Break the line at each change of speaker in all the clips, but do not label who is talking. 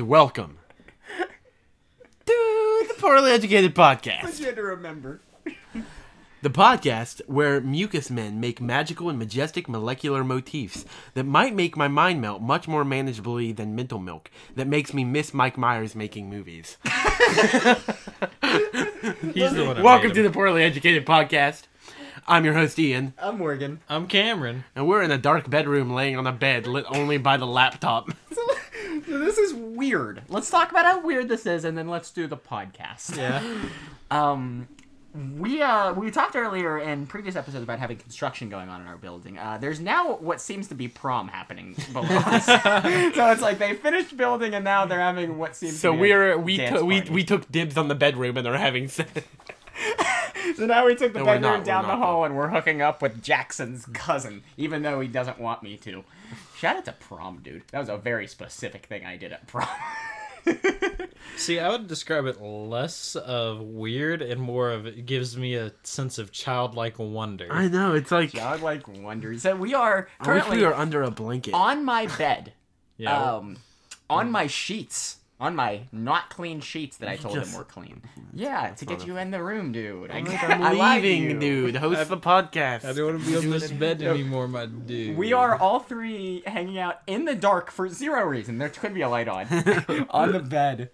welcome to the Poorly Educated Podcast.
You had to remember.
The podcast where mucus men make magical and majestic molecular motifs that might make my mind melt much more manageably than mental milk that makes me miss Mike Myers making movies.
He's the one. I
Welcome
made
to
him.
the Poorly Educated Podcast. I'm your host, Ian,
I'm Morgan.
I'm Cameron.
and we're in a dark bedroom laying on a bed lit only by the laptop.
This is weird.
Let's talk about how weird this is, and then let's do the podcast.
Yeah.
Um, we uh, we talked earlier in previous episodes about having construction going on in our building. Uh, there's now what seems to be prom happening below us. so it's like they finished building, and now they're having what seems.
So
to be
we're
a
we
dance
took we,
party.
we took dibs on the bedroom and are having sex.
So now we took the
No, we're
bedroom
not, we're
down the
not,
hall, and we're hooking up with Jackson's cousin, even though he doesn't want me to. Shout out to prom, dude. That was a very specific thing I did at prom.
See, I would describe it less of weird and more of it gives me a sense of childlike wonder.
know it's like
God, like wonders. So we are
I wish
currently
we were under a blanket.
on my bed,
yeah.
um, on my sheets, on my not clean sheets that I told
Yes.
him were clean. Yeah, to get you in the room, dude. I, I
I'm
lied to
leaving,
you.
dude. Host the podcast.
I don't want to be on this bed anymore, my dude.
We are all three hanging out in the dark for zero reason. There could be a light on, on the bed,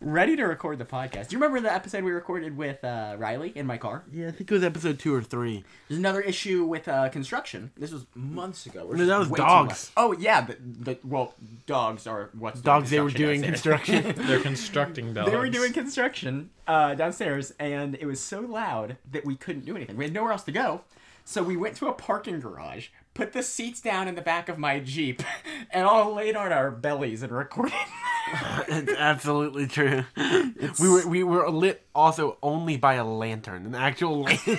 ready to record the podcast. Do you remember the episode we recorded with uh, Riley in my car?
Yeah, I think it was episode two or three.
There's another issue with uh, construction. This was months ago. We're
No,
just
that was
way too
dogs.
much- Oh yeah, the, the, well, dogs are what's doing
Dogs, they were
construction
doing
downstairs.
construction.
They're constructing dogs.
They were doing construction uh, downstairs, and it was so loud that we couldn't do anything. We had nowhere else to go, so we went to a parking garage, put the seats down in the back of my Jeep, and all laid on our bellies and recorded.
It's absolutely true. We were we were lit also only by a lantern, an actual lantern.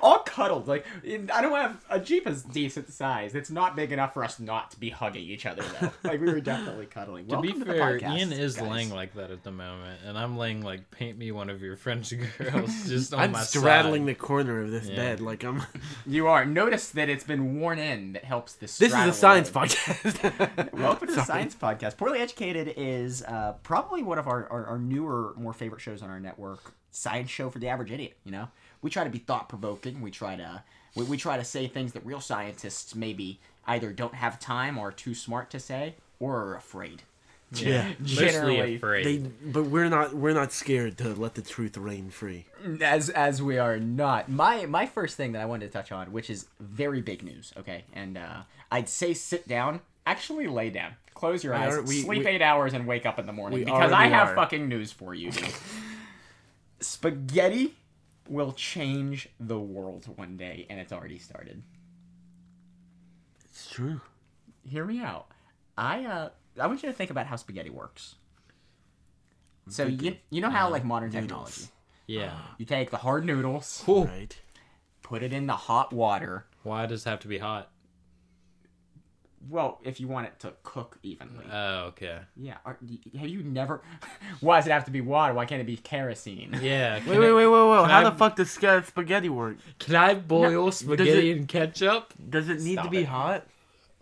all cuddled. Like in, I don't have a Jeep is decent size. It's not big enough for us not to be hugging each other though. Like we were definitely cuddling.
To be
Welcome the
fair,
podcast,
Ian is
guys.
laying like that at the moment, and I'm laying like paint me one of your French girls just on
I'm
my
straddling
side.
the corner of this
Yeah.
bed like I'm.
You are. Notice that it's been worn in. That helps this.
This is a science
podcast.
podcast.
Welcome to the
Sorry.
Science Podcast. Poorly Educated is uh, probably one of our, our, our newer, more favorite shows on our network. Science show for the average idiot, you know? We try to be thought provoking. We try to we, we try to say things that real scientists maybe either don't have time or are too smart to say or are afraid.
Yeah.
Mostly
Generally,
afraid.
They, but we're not we're not scared to let the truth reign free.
as as we are not my my first thing that i wanted to touch on which is very big news okay and uh i'd say sit down actually lay down close your eyes
are- we-
sleep
we-
eight hours and wake up in the morning
we
because i
already
have
are.
fucking news for you dude. spaghetti will change the world one day and it's already started
It's true.
hear me out i uh i want you to think about how spaghetti works so you, you know
Uh,
how like modern technology
Yeah.
you take the hard noodles
Oh.
Right.
put it in the hot water
Why does it have to be hot?
Well, if you want it to cook evenly.
Oh, okay.
yeah. Are, y- have you never? Why does it have to be water? Why can't it be kerosene?
Yeah. Can
Wait, wait, wait, wait, wait. How
I-
the fuck does sca- spaghetti work?
I, can I boil spaghetti and ketchup?
Does it need
Stop
to be
it.
hot?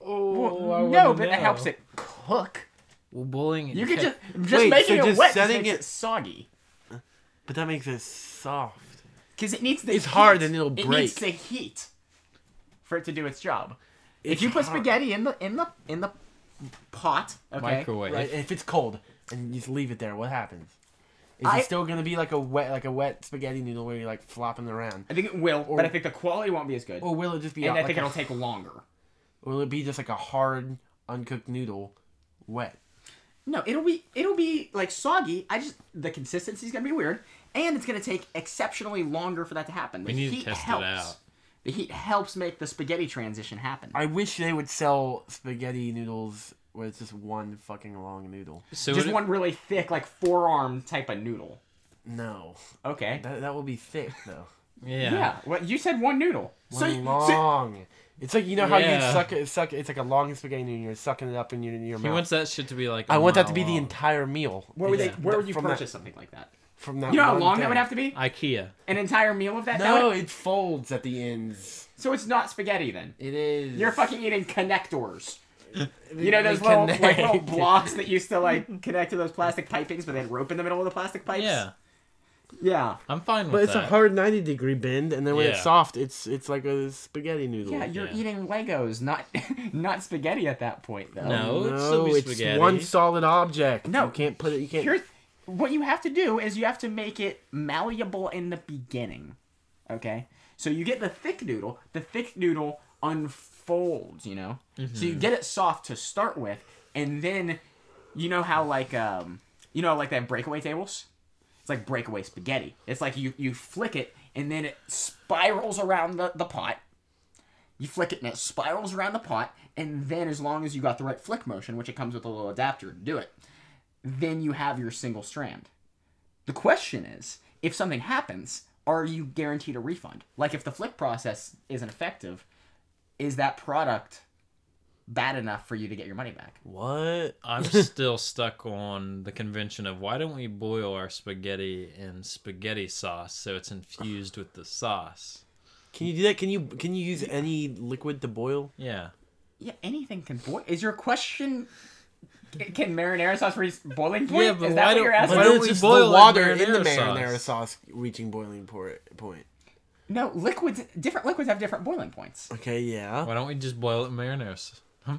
Oh, I
no,
wouldn't
but it
know.
helps it cook.
Well, boiling.
You could just just
Wait,
making
so
it
just
wet,
setting
just makes
it-
it, soggy.
But that makes it soft.
Because it needs the
It's
heat.
hard and it'll
It needs
break.
the heat for it to do its job.
It's
if you put
hot.
spaghetti in the in the in the pot, okay.
microwave.
Right, if it's cold and you just leave it there, what happens? Is
I-
it still gonna be like a wet, like a wet spaghetti noodle where you're like flopping around,
I think it will,
Or- Oh,
but I think the quality won't be as good.
or will it just be?
and
like
I think
a-
it'll take longer.
Will it be just like a hard, uncooked noodle, wet?
No, it'll be it'll be like soggy. I just the consistency's gonna be weird, and it's gonna take exceptionally longer for that to happen. The
We need to
heat
test it
helps.
out.
The heat helps make the spaghetti transition happen.
I wish they would sell spaghetti noodles where it's just one fucking long noodle.
So
just
it-
one really thick, like forearm type of noodle.
No,
Okay.
that that will be thick though.
Yeah.
yeah. Well, you said one noodle. so,
One
you- so
long. it's like you know how
Yeah.
you suck it, suck it. It's like a long spaghetti noodle. and You're sucking it up in your in your
He
mouth.
wants that shit to be like.
I
a
want that
mile
to be the
long.
entire meal.
where would they?
Yeah.
Where would you
From
purchase
That,
something like that?
from that.
You know how
one
long
day.
that would have to be?
IKEA.
An entire meal of that? That
No,
would-
it folds at the ends.
so it's not spaghetti then.
It is.
You're fucking eating connectors. You
They
know those little, like, little
connect.
blocks that used to like connect to those plastic pipings, but they had rope in the middle of the plastic pipes.
Yeah,
yeah,
I'm fine with
But it's
that.
a hard 90 degree bend, and then when
Yeah.
it's soft, it's it's like a spaghetti noodle.
yeah. You're
Yeah.
eating Legos, not not spaghetti at that point, though.
No, it's
No,
still
it's
spaghetti.
one solid object.
No.
you can't put it. You can't.
Here's what you have to do is you have to make it malleable in the beginning. Okay? So you get the thick noodle, the thick noodle unfolds, you know? So you get it soft to start with, and then you know how like um you know like that breakaway tables? It's like breakaway spaghetti. It's like you you flick it and then it spirals around the, the pot. You flick it and it spirals around the pot, and then as long as you got the right flick motion, which it comes with a little adapter to do it, then you have your single strand. The question is, if something happens, are you guaranteed a refund? Like if the flick process isn't effective, is that product bad enough for you to get your money back?
What?
I'm still stuck on the convention of why don't we boil our spaghetti in spaghetti sauce so it's infused with the sauce?
Can you do that? Can you can you use any liquid to boil?
Yeah.
Yeah, anything can boil. Is your question can marinara sauce reach boiling point?
Yeah, but
is that
why
what
don't-
you're
Why
But
asking?
don't
then it's
we
just
boil
the
it
water in the
marinara
marinara
sauce?
sauce reaching boiling por- point.
No, liquids different liquids have different boiling points.
Okay, yeah.
Why don't we just boil it in marinara sauce? Huh?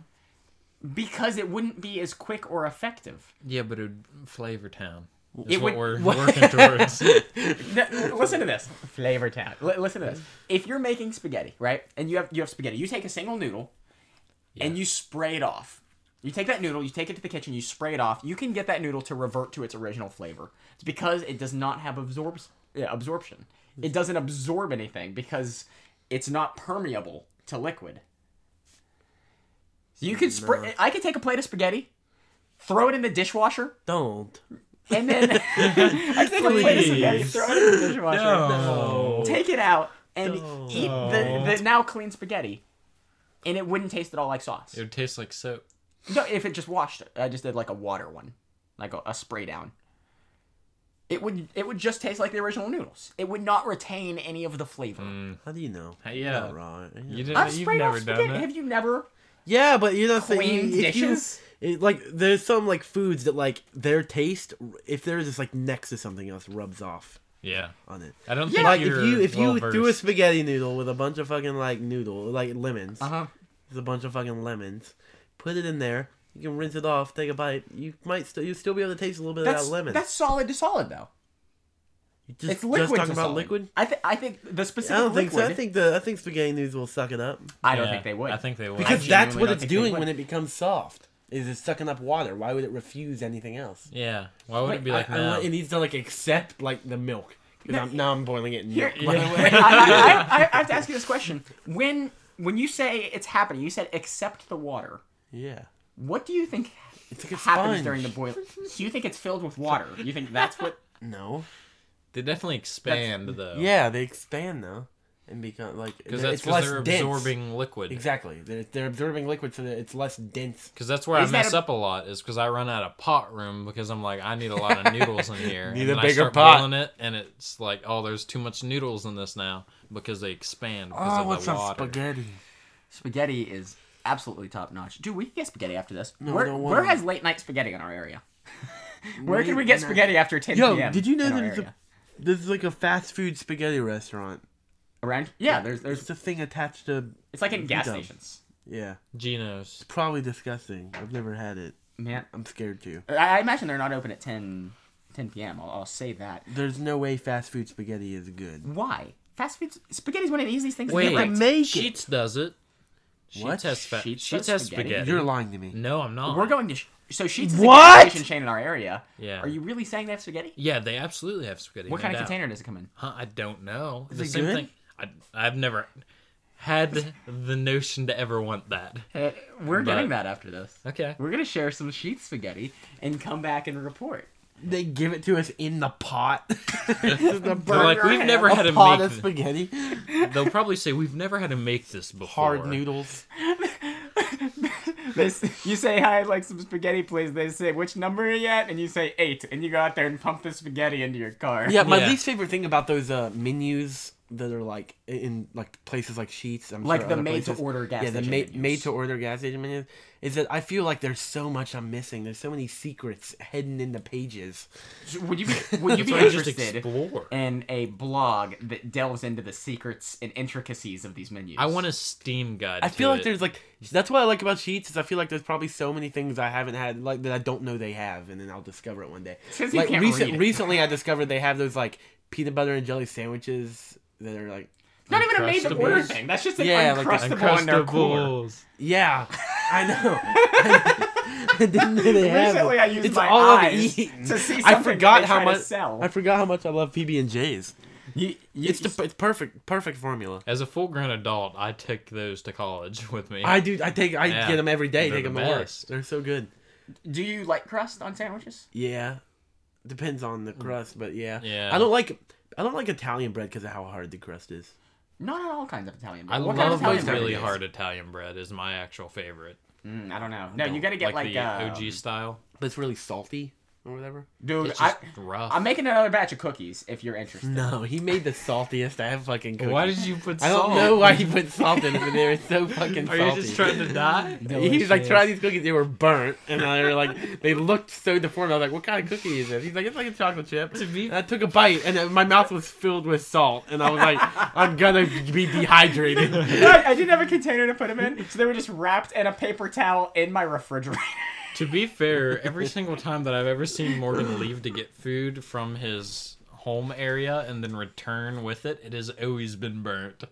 Because it wouldn't be as quick or effective.
Yeah, but it would flavor town. Is
It
what
would-
we're
what-
working towards.
No, listen to this. Flavor Town. L- listen to this. If you're making spaghetti, right, and you have you have spaghetti, you take a single noodle, and you spray it off. You take that noodle, you take it to the kitchen, you spray it off. You can get that noodle to revert to its original flavor. It's because it does not have absorbs yeah, absorption. It doesn't absorb anything because it's not permeable to liquid. You could spray. I could take a plate of spaghetti, throw it in the dishwasher,
Don't.
and then I take a plate of spaghetti,
Please.
throw it in the dishwasher,
No.
take it out and eat the, the now clean spaghetti, and it wouldn't taste at all like sauce.
It would taste like soap.
No, if it just washed it, I just did like a water one, like a, a spray down. It would it would just taste like the original noodles. It would not retain any of the flavor.
How do you know?
Hey, yeah.
You're not right.
You didn't,
I've
Mm, you've
sprayed
never
off
done
spaghetti.
that.
Have you never?
Yeah, but you know, so
Clean
you- if you-
dishes?
it- like there's some like foods that like their taste, if they're just like next to something else, rubs off
Yeah.
on it.
I don't
like if
think you're
you if you
well-versed.
do a spaghetti noodle with a bunch of fucking like noodle like lemons,
huh.
Uh-huh.
there's a bunch of fucking lemons, put it in there. You can rinse it off, take a bite. You might still you still be able to taste a little bit
That's
of that lemon.
that's solid to solid though.
You just,
it's liquid.
Just talking
to
about
solid.
liquid.
I think I think the specific
I don't think
liquid.
so. I think the I think spaghetti noodles will suck it up
I don't
Yeah,
think they would.
I think they would.
because
genuinely
that's what
don't
it's
think they
doing
would.
when it becomes soft. Is it's sucking up water? Why would it refuse anything else?
yeah. Why would it be like
I- I
no?
want- it needs to like accept like the milk. 'Cause I'm, now I'm boiling it in
Here-
milk. By the way,
I, I, I, I have to ask you this question. When when you say it's happening, you said accept the water.
yeah,
What do you think
it's like a
happens
sponge.
during the boil? Do you think it's filled with water? You think that's what?
no.
They definitely expand though.
Oh. Yeah, they expand though and become like
Because
they're-
that's
it's less
because they're
dense.
absorbing liquid.
Exactly, they're, they're absorbing liquid, so that it's less dense.
Because that's where
Is that
I mess
a-
up a lot is because I run out of pot room because I'm like I need a lot of noodles in here.
Need
and
a
then I
bigger
start
pot.
boiling it, and it's like oh, there's too much noodles in this now because they expand because
I
of
want
the
Oh, Ah, some
water.
spaghetti.
Spaghetti is absolutely top notch. Dude, we can get spaghetti after this. where
no,
where
why?
has late night spaghetti in our area? where can we
Late
get
night-
spaghetti after 10
Yo,
p.m.?
did you know
in our
that it's a,
area?
this is like a fast food spaghetti restaurant?
around? Yeah, there's there's
It's a thing attached to
it's like in gas
dumb.
stations.
yeah.
Geno's.
Probably disgusting. I've never had it.
Man,
I'm scared too.
I, I imagine they're not open at 10 10 p.m. I'll, I'll say that.
There's no way fast food spaghetti is good.
Why? Fast food spaghetti's one of the easiest things to
Wait,
get right.
make it.
Sheets does it. Sheets
What?
has fa-
Sheets
Sheets,
does
has
spaghetti?
spaghetti.
You're lying to me.
No, I'm not.
We're going to sh- so sheets is
What?
a gas station chain in our area.
Yeah.
Are you really saying they have spaghetti?
Yeah, they absolutely have spaghetti.
What
no
kind of
doubt.
container does it come in?
Huh, I don't know. the
it
same
good?
thing. I, I've never had the notion to ever want that.
Hey, Uh, we're
But-
getting that after this.
Okay.
We're gonna share some sheet spaghetti and come back and report.
They give it to us in the pot. the
They're like
burger
we've never
a
had to
pot
make.
of spaghetti,
They'll probably say we've never had to make this before.
hard noodles.
They s- you say hi, I'd like some spaghetti, please. They say which number are you at, and you say eight, and you go out there and pump the spaghetti into your car.
Yeah, my
Yeah.
least favorite thing about those uh, menus that are like in like places like Sheets. I'm
Like
sure
the
other
made to
places.
order gas
Yeah, the
station
made
menus.
made to order gas station menus is that I feel like there's so much I'm missing. There's so many secrets hidden in the pages.
So Would you be Would you
That's
be
why you just
interested
explore.
in a blog that delves into the secrets and intricacies of these menus?
I want a Steam guide.
I
to
feel like
it.
there's like that's what I like about Sheets is I feel like there's probably so many things I haven't had like that I don't know they have and then I'll discover it one day.
'cause you
Like
can't
recent,
read it.
recently I discovered they have those like peanut butter and jelly sandwiches that are like
not even a made to order
Uncrustables.
thing. That's just an
Yeah, like the
uncrustable on their cooler.
Uncrustables.
yeah I know. I didn't know they have
Recently,
it.
I used
it's
my
all I've
eyes
eaten.
to see
I
something
forgot
they
how
try to
much
sell.
I forgot how much I love PB and J's.
You, you,
It's the it's perfect perfect formula.
As a full grown adult, I took those to college with me.
I do I take I
Yeah.
get them every day,
They're
take
the
them to work.
best.
They're so good.
do you like crust on sandwiches?
Yeah, depends on the crust, but yeah.
Hmm. Yeah.
I don't like I don't like Italian bread because of how hard the crust is.
Not on all kinds of Italian.
I
bread. What kind of
love
Italian
Italian
really
bread
really
is?
hard Italian bread. Is my actual favorite.
Mm, I don't know. No, you gotta get like,
the
uh,
OG style.
But it's really salty or whatever.
dude.
It's
I,
just rough.
I'm making another batch of cookies if you're interested.
No, he made the saltiest I have fucking cookies.
Why did you put
I
salt?
don't know why he put salt in it, but they were so fucking
Are
salty.
you just trying to die?
He's like trying these cookies. They were burnt, and they were like they looked so deformed. I was like, "What kind of cookie is this?" He's like, "It's like a chocolate chip."
To be-
And I took a bite, and then my mouth was filled with salt, and I was like, "I'm gonna be dehydrated."
I, I didn't have a container to put them in, so they were just wrapped in a paper towel in my refrigerator.
To be fair, every single time that I've ever seen Morgan leave to get food from his home area and then return with it, it has always been burnt.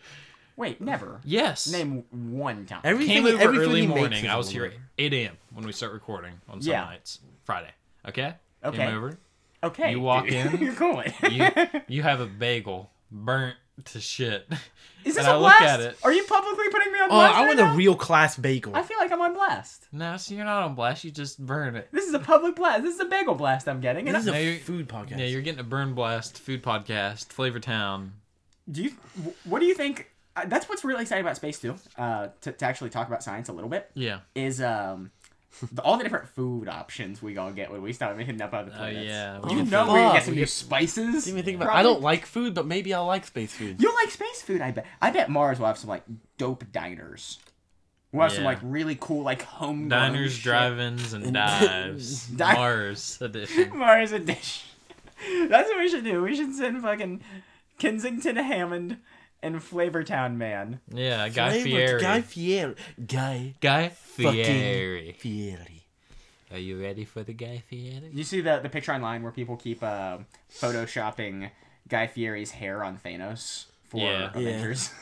Wait, never.
Yes.
Name one time.
Everything,
Came over
every food
early
he makes
morning.
is
I
a
was here at
little-
8 a.m. when we start recording on some
Yeah.
nights, Friday. Okay.
Okay.
Came over.
okay.
You walk
dude.
in.
You're going.
You you have a bagel burnt to shit.
Is this
and
a
I look
blast?
at it.
Are you publicly putting me on
Oh,
blast?
I
right
want
now?
a real class bagel.
I feel like I'm on blast.
No, so you're not on blast. You just burn it.
This is a public blast. This is a bagel blast I'm getting. And
This is
I-
a
No, you-
food podcast.
Yeah, you're getting a burn blast food podcast, Flavor Town.
do you? wh- What do you think? Uh, that's what's really exciting about space too. Uh, to, to actually talk about science a little bit
Yeah.
is um. The, all the different food options we gonna get when we start hitting up other
Oh
planets.
yeah.
You
Oh,
know we're gonna
fuck.
get some new spices.
Didn't even think about. I
Probably.
don't like food, but maybe I like space food.
You like space food, I bet. I bet Mars will have some like dope diners. We'll have some
Yeah.
like really cool like home
Diners, drive-ins, and dives.
Di-
Mars edition.
Mars edition. That's what we should do. We should send fucking Kensington Hammond and Flavortown Man.
Yeah, Guy
Flavor- Guy
Fieri.
Fieri. Guy
Guy
fucking
Fieri.
Fieri.
Are you ready for the Guy Fieri?
You see the the picture online where people keep uh, photoshopping Guy Fieri's hair on Thanos for
Yeah.
Yeah.
Avengers.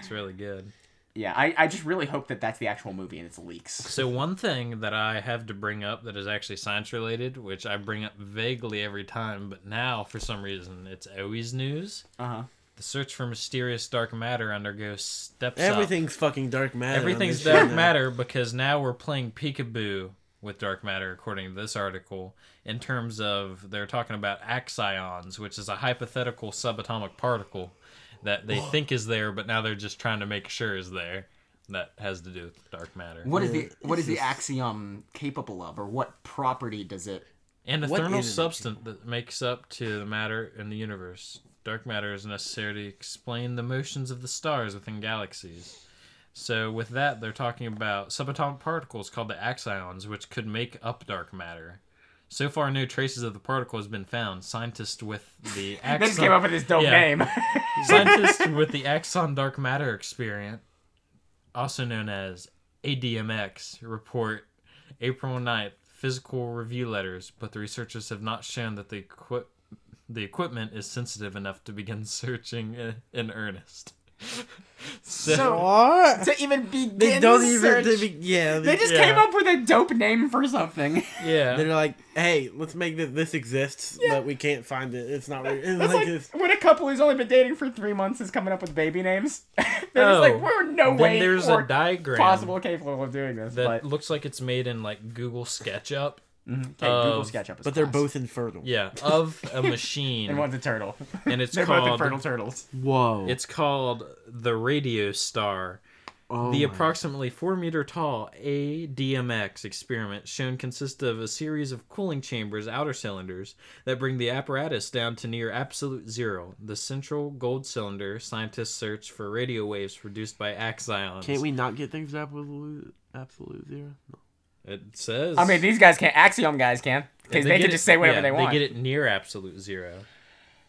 It's really good.
Yeah, I, I just really hope that that's the actual movie and it's leaks.
So one thing that I have to bring up that is actually science related, which I bring up vaguely every time, but now for some reason it's always news.
Uh huh.
The search for mysterious dark matter undergoes steps up.
Everything's fucking dark matter. on
Everything's
this show
dark
now.
matter because now we're playing peekaboo with dark matter, according to this article, in terms of they're talking about axions, which is a hypothetical subatomic particle that they think is there, but now they're just trying to make sure is there. That has to do with dark matter.
What is the what is the axiom capable of, or what property does it?
And a
What
thermal
is it?
substance that makes up to the matter in the universe. Dark matter is necessary to explain the motions of the stars within galaxies. So, with that, they're talking about subatomic particles called the axions, which could make up dark matter. So far, no traces of the particle has been found. Scientists with the axon,
They just came up with this dope
Yeah.
name.
scientists with the axon dark matter experiment, also known as ADMX, report April 9th physical review letters, but the researchers have not shown that the equi- the equipment is sensitive enough to begin searching in, in earnest. so,
What?
to even begin
They don't
the
even.
search.
They be, yeah.
They just
Yeah.
came up with a dope name for something.
yeah,
They're like, hey, let's make this. This exists, but we can't find it. It's not. re- It's
That's
like,
like,
this.
when a couple who's only been dating for three months is coming up with baby names. They're just
Oh,
like, we're no
then
way
there's
we're
a diagram
possible capable of doing this.
that
But mm-hmm.
looks like it's made in like Google SketchUp.
okay, Google
of-
SketchUp is
But they're
class.
both infertile.
Yeah, of a machine,
and one's a turtle.
and it's
they're both
called
infertile turtles.
Whoa.
It's called the Radio Star.
Oh
the
my-
approximately four meter tall ADMX experiment shown consists of a series of cooling chambers, outer cylinders, that bring the apparatus down to near absolute zero. The central gold cylinder, scientists search for radio waves produced by axions.
Can't we not get things to absolute, absolute zero? No.
It says.
I mean, these guys can't. Axiom guys can because they,
get
can
it-
just say whatever
yeah,
they want.
They get it near absolute zero.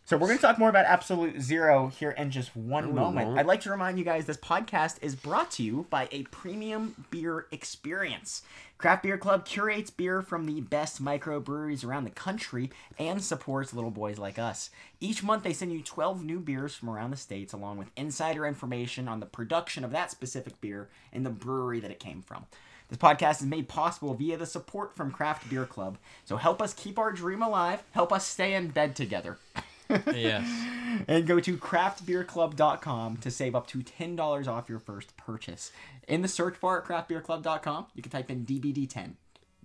So we're going to talk more about Absolute Zero here in just one moment.
won't.
I'd like to remind you guys this podcast is brought to you by a premium beer experience. Craft Beer Club curates beer from the best microbreweries around the country and supports little boys like us. Each month they send you 12 new beers from around the states along with insider information on the production of that specific beer and the brewery that it came from. This podcast is made possible via the support from Craft Beer Club. So help us keep our dream alive, help us stay in bed together
yes.
and go to craftbeerclub.com to save up to $10 off your first purchase. In the search bar at craftbeerclub.com, you can type in DBD10.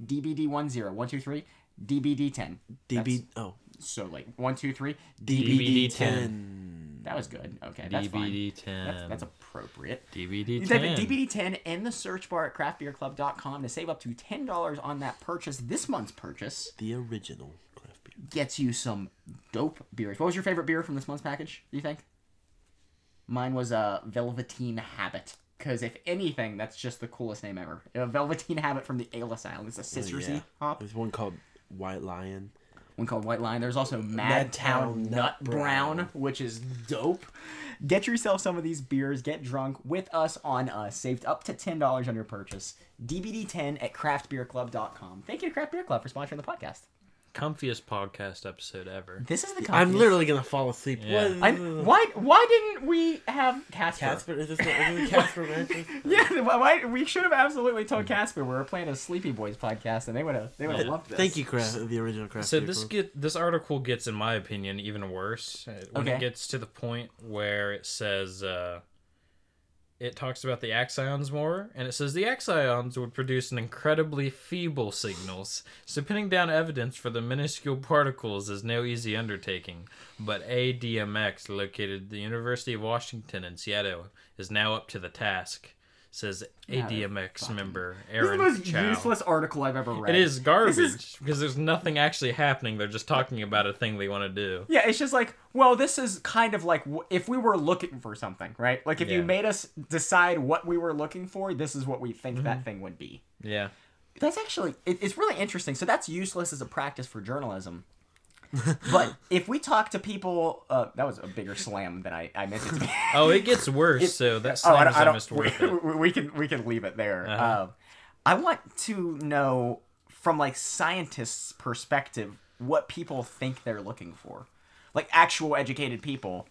DBD10, 123, DBD10.
DB. Oh.
That's so like 123,
DBD10.
That was good. Okay, that's fine.
DBD ten.
That's, that's appropriate.
DBD
You
ten.
type in DBD10 in the search bar at craftbeerclub.com to save up to $10 on that purchase. This month's purchase
The original craft beer.
gets you some dope beers. What was your favorite beer from this month's package? Do you think? Mine was a Velveteen Habit. Because if anything, that's just the coolest name ever. A Velveteen Habit from the Alice Island. It's a Cicersy
Oh, Yeah.
hop.
There's one called White Lion.
One called White Lion. There's also Mad
Mad
Town
Town
Nut
Nut Brown.
Brown, which is dope. Get yourself some of these beers. Get drunk with us on us. Saved up to ten dollars on your purchase. DBD10 at craftbeerclub.com. Thank you to Craft Beer Club for sponsoring the podcast.
Comfiest podcast episode ever.
This is the
I'm
confidence-
literally gonna fall asleep.
Yeah.
What-
I'm, why why didn't we have Casper?
Casper is this, not, is this Casper Mattress?
Yeah, why, why, we should have absolutely told Casper we were playing a Sleepy Boys podcast, and they would have they would have loved this.
Thank you, craft, the original craft.
So
beer
this
Club.
get this article gets, in my opinion, even worse uh, when
Okay.
it gets to the point where it says uh, it talks about the axions more, and it says the axions would produce an incredibly feeble signals. so pinning down evidence for the minuscule particles is no easy undertaking. But ADMX, located at the University of Washington in Seattle, is now up to the task. Says ADMX member
This is the
Aaron
most
Chow.
useless article I've ever read.
It is garbage
This
because there's nothing actually happening. They're just talking about a thing they want to do.
Yeah, it's just like, well, this is kind of like w- if we were looking for something, right? Like if you
Yeah.
made us decide what we were looking for, this is what we think
Mm-hmm.
that thing would be.
Yeah.
That's actually it, it's really interesting. So that's useless as a practice for journalism. but if we talk to people, uh, that was a bigger slam than I I meant it to be.
Oh, it gets worse. so that's
Oh, I
not
don't, I
almost
don't, we,
worth it. Uh-huh.
we- we can we can leave it there. Um, I want to know from like scientists' perspective what people think they're looking for, like actual educated people,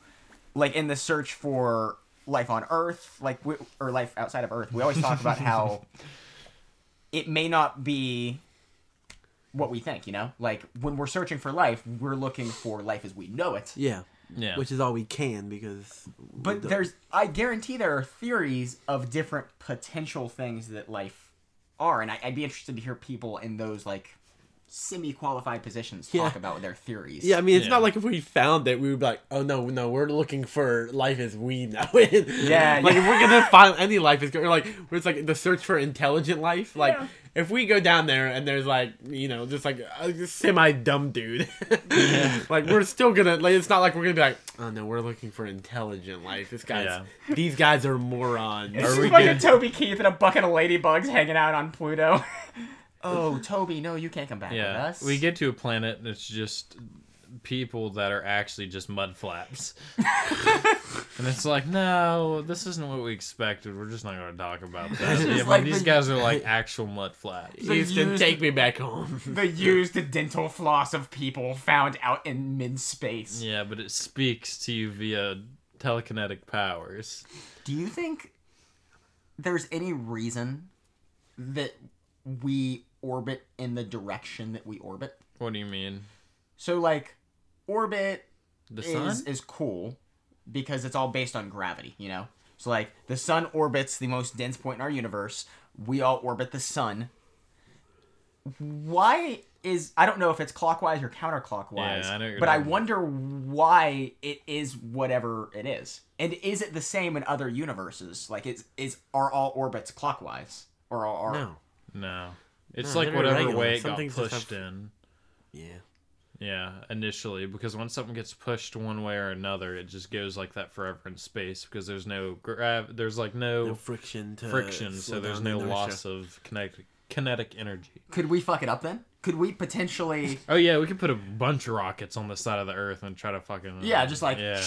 like in the search for life on Earth, like we, or life outside of Earth. We always talk about how it may not be what we think. You know, like when we're searching for life, we're looking for life as we know it.
Yeah.
Yeah.
Which is all we can because. we
But
don't-
there's, I guarantee there are theories of different potential things that life are, and I, I'd be interested to hear people in those like semi-qualified positions talk
Yeah.
about their theories.
Yeah, I mean, it's
Yeah.
not like if we found it, we would be like, oh no, no, we're looking for life as we know it.
Yeah,
like
yeah.
if we're gonna find any life is or like where it's like the search for intelligent life. Like
Yeah.
if we go down there and there's like you know just like a semi dumb dude, like we're still gonna like it's not like we're gonna be like oh no, we're looking for intelligent life. This guy's these guys are morons.
It's
Or
just
we
fucking
could-
Toby Keith and a bucket of ladybugs hanging out on Pluto. oh, Toby, no, you can't come back with
Yeah.
us.
We get to a planet that's just people that are actually just mud flaps. and it's like, no, this isn't what we expected. We're just not going to talk about that.
is
Yeah, but
like
these
the-
guys are like actual mud flaps.
Houston,
used-
take me back home.
the used dental floss of people found out in mid-space.
Yeah, but it speaks to you via telekinetic powers.
Do you think there's any reason that we orbit in the direction that we orbit?
What do you mean?
So like orbit
The sun?
is is cool because it's all based on gravity, you know? So like the sun orbits the most dense point in our universe. We all orbit the sun. why is I don't know if it's clockwise or counterclockwise,
Yeah, I know what you're
but I
talking
wonder why it is whatever it is, and is it the same in other universes? Like, is is are all orbits clockwise or are, are
No.
No, it's
No,
like
they're
whatever
irregular.
way it
Some
got
things just
pushed
have-
in.
Yeah.
Yeah, initially, because once something gets pushed one way or another, it just goes like that forever in space because there's no grav, there's like no,
No friction to
friction, so
slow
there's
down
no
inertia.
loss of kinetic kinetic energy.
Could we fuck it up then? Could we potentially?
Oh yeah, we could put a bunch of rockets on the side of the Earth and try to fucking
Yeah, just like
yeah,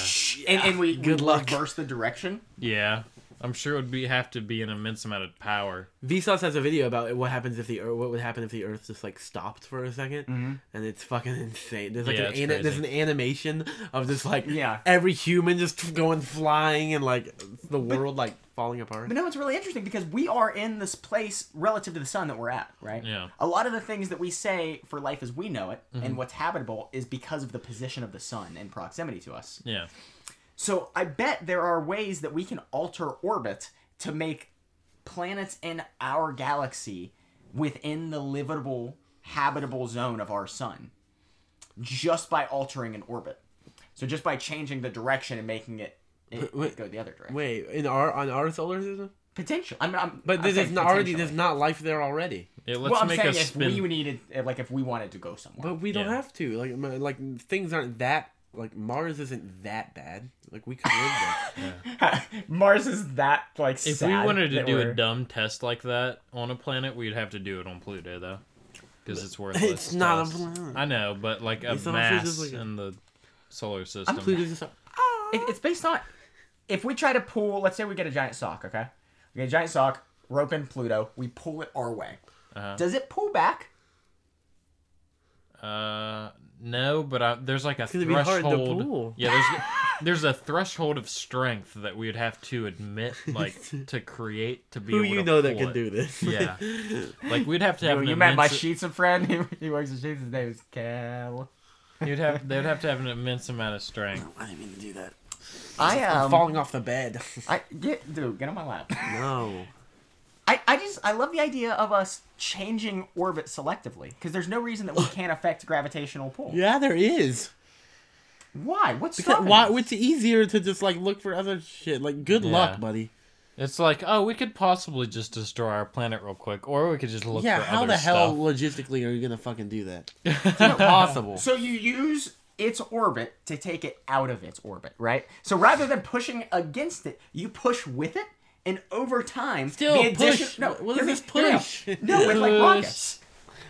and, and we
Good
we
luck.
reverse the direction.
yeah. I'm sure it would be have to be an immense amount of power.
Vsauce has a video about what happens if the Earth, what would happen if the Earth just like stopped for a 2nd
Mm-hmm.
and it's fucking insane. There's like
Yeah,
an
it's
ana- there's an
crazy.
animation of just like
Yeah.
every human just going flying and like the world like falling apart.
But no, it's really interesting because we are in this place relative to the sun that we're at, right?
Yeah.
A lot of the things that we say for life as we know it and what's habitable is because of the position of the sun and proximity to us.
Yeah,
So I bet there are ways that we can alter orbit to make planets in our galaxy within the livable, habitable zone of our sun just by altering an orbit. So just by changing the direction and making it, it
wait.
go the other direction.
Wait, in our on our solar system,
Potential. I'm, I'm,
but
I'm
this
saying
is not already
potentially.
there's not life there already.
yeah. Let's
well, I'm
make
saying
a
if
spin.
we needed, if, like, if we wanted to go somewhere.
But we don't
Yeah.
have to like m- like things aren't that like Mars isn't that bad. Like we could live there.
Mars is that like.
if we wanted to do a dumb test like that on a planet, we'd have to do it on Pluto though, because it's worthless.
It's not a
to us.
planet.
I know, but like a
It's also
mass
just like a-
in the solar system.
Pluto's just
It- it's based on if we try to pull let's say we get a giant sock okay we get a giant sock rope in pluto we pull it our way
Uh-huh.
does it pull back
Uh, no, but I, there's like a
gonna be hard to
threshold.
pull.
Yeah, there's there's a threshold of strength that we would have to admit, like to create to be.
who
able
you
to
know that
pull
can
it.
do this.
Yeah, like we'd have to have. an
you met my
immense-
sheets and friend he, he works with sheets his name is cal
You'd have. They'd have to have an immense amount of strength.
I didn't mean to do that.
i am
I'm falling off the bed.
i get dude get on my lap Oh.
no.
I, I just i love the idea of us changing orbit selectively because there's no reason that we can't affect gravitational pull
Yeah, there is.
why what's
Because
stopping
why?
us?
It's easier to just like look for other shit. Like, good
Yeah.
luck, buddy.
It's like, oh, we could possibly just destroy our planet real quick, or we could just look
yeah,
for
how
other
the hell
stuff.
logistically are you gonna fucking do that? It's not possible.
So you use its orbit to take it out of its orbit, right? So rather than pushing against it, you push with it, and over time,
Still,
the addition,
push.
No,
What
hear
is this
me- hear me out.
push?
No, with like
Push.
rockets.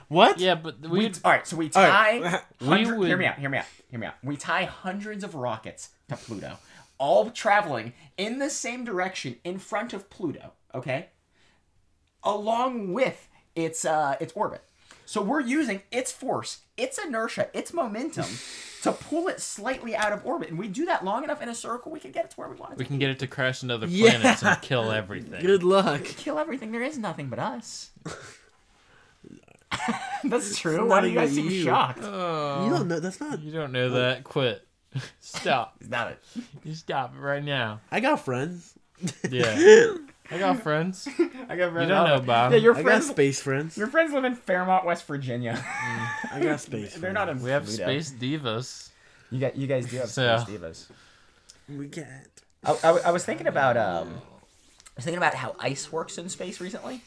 What?
Yeah, but we.
All right, so we
right.
tie.
We
hundred-
would-
Hear me out. Hear me out. Hear me out. We tie hundreds of rockets to Pluto, all traveling in the same direction in front of Pluto. Okay, along with its uh its orbit. So we're using its force, its inertia, its momentum to pull it slightly out of orbit, and we do that long enough in a circle, we can get it to where we want it.
We
to
can get it to crash into other
Yeah.
planets and kill everything.
Good luck.
kill everything. There is nothing but us. That's true. Why
not
do you guys
even
seem
you.
shocked?
Oh,
you don't know. That's not.
you don't know that. Quit. Stop.
Not it.
You stop it right now.
I got friends.
Yeah. I got friends. You
I got
don't know, Bob.
Yeah, your
I got
friends.
space friends.
Your friends live in Fairmont, West Virginia.
I got space.
They're not
friends.
in.
we have
Pluto.
space divas.
You got. You guys do have
So-
space divas.
We got.
I, I, w- I was thinking about. Um, I was thinking about how ice works in space recently.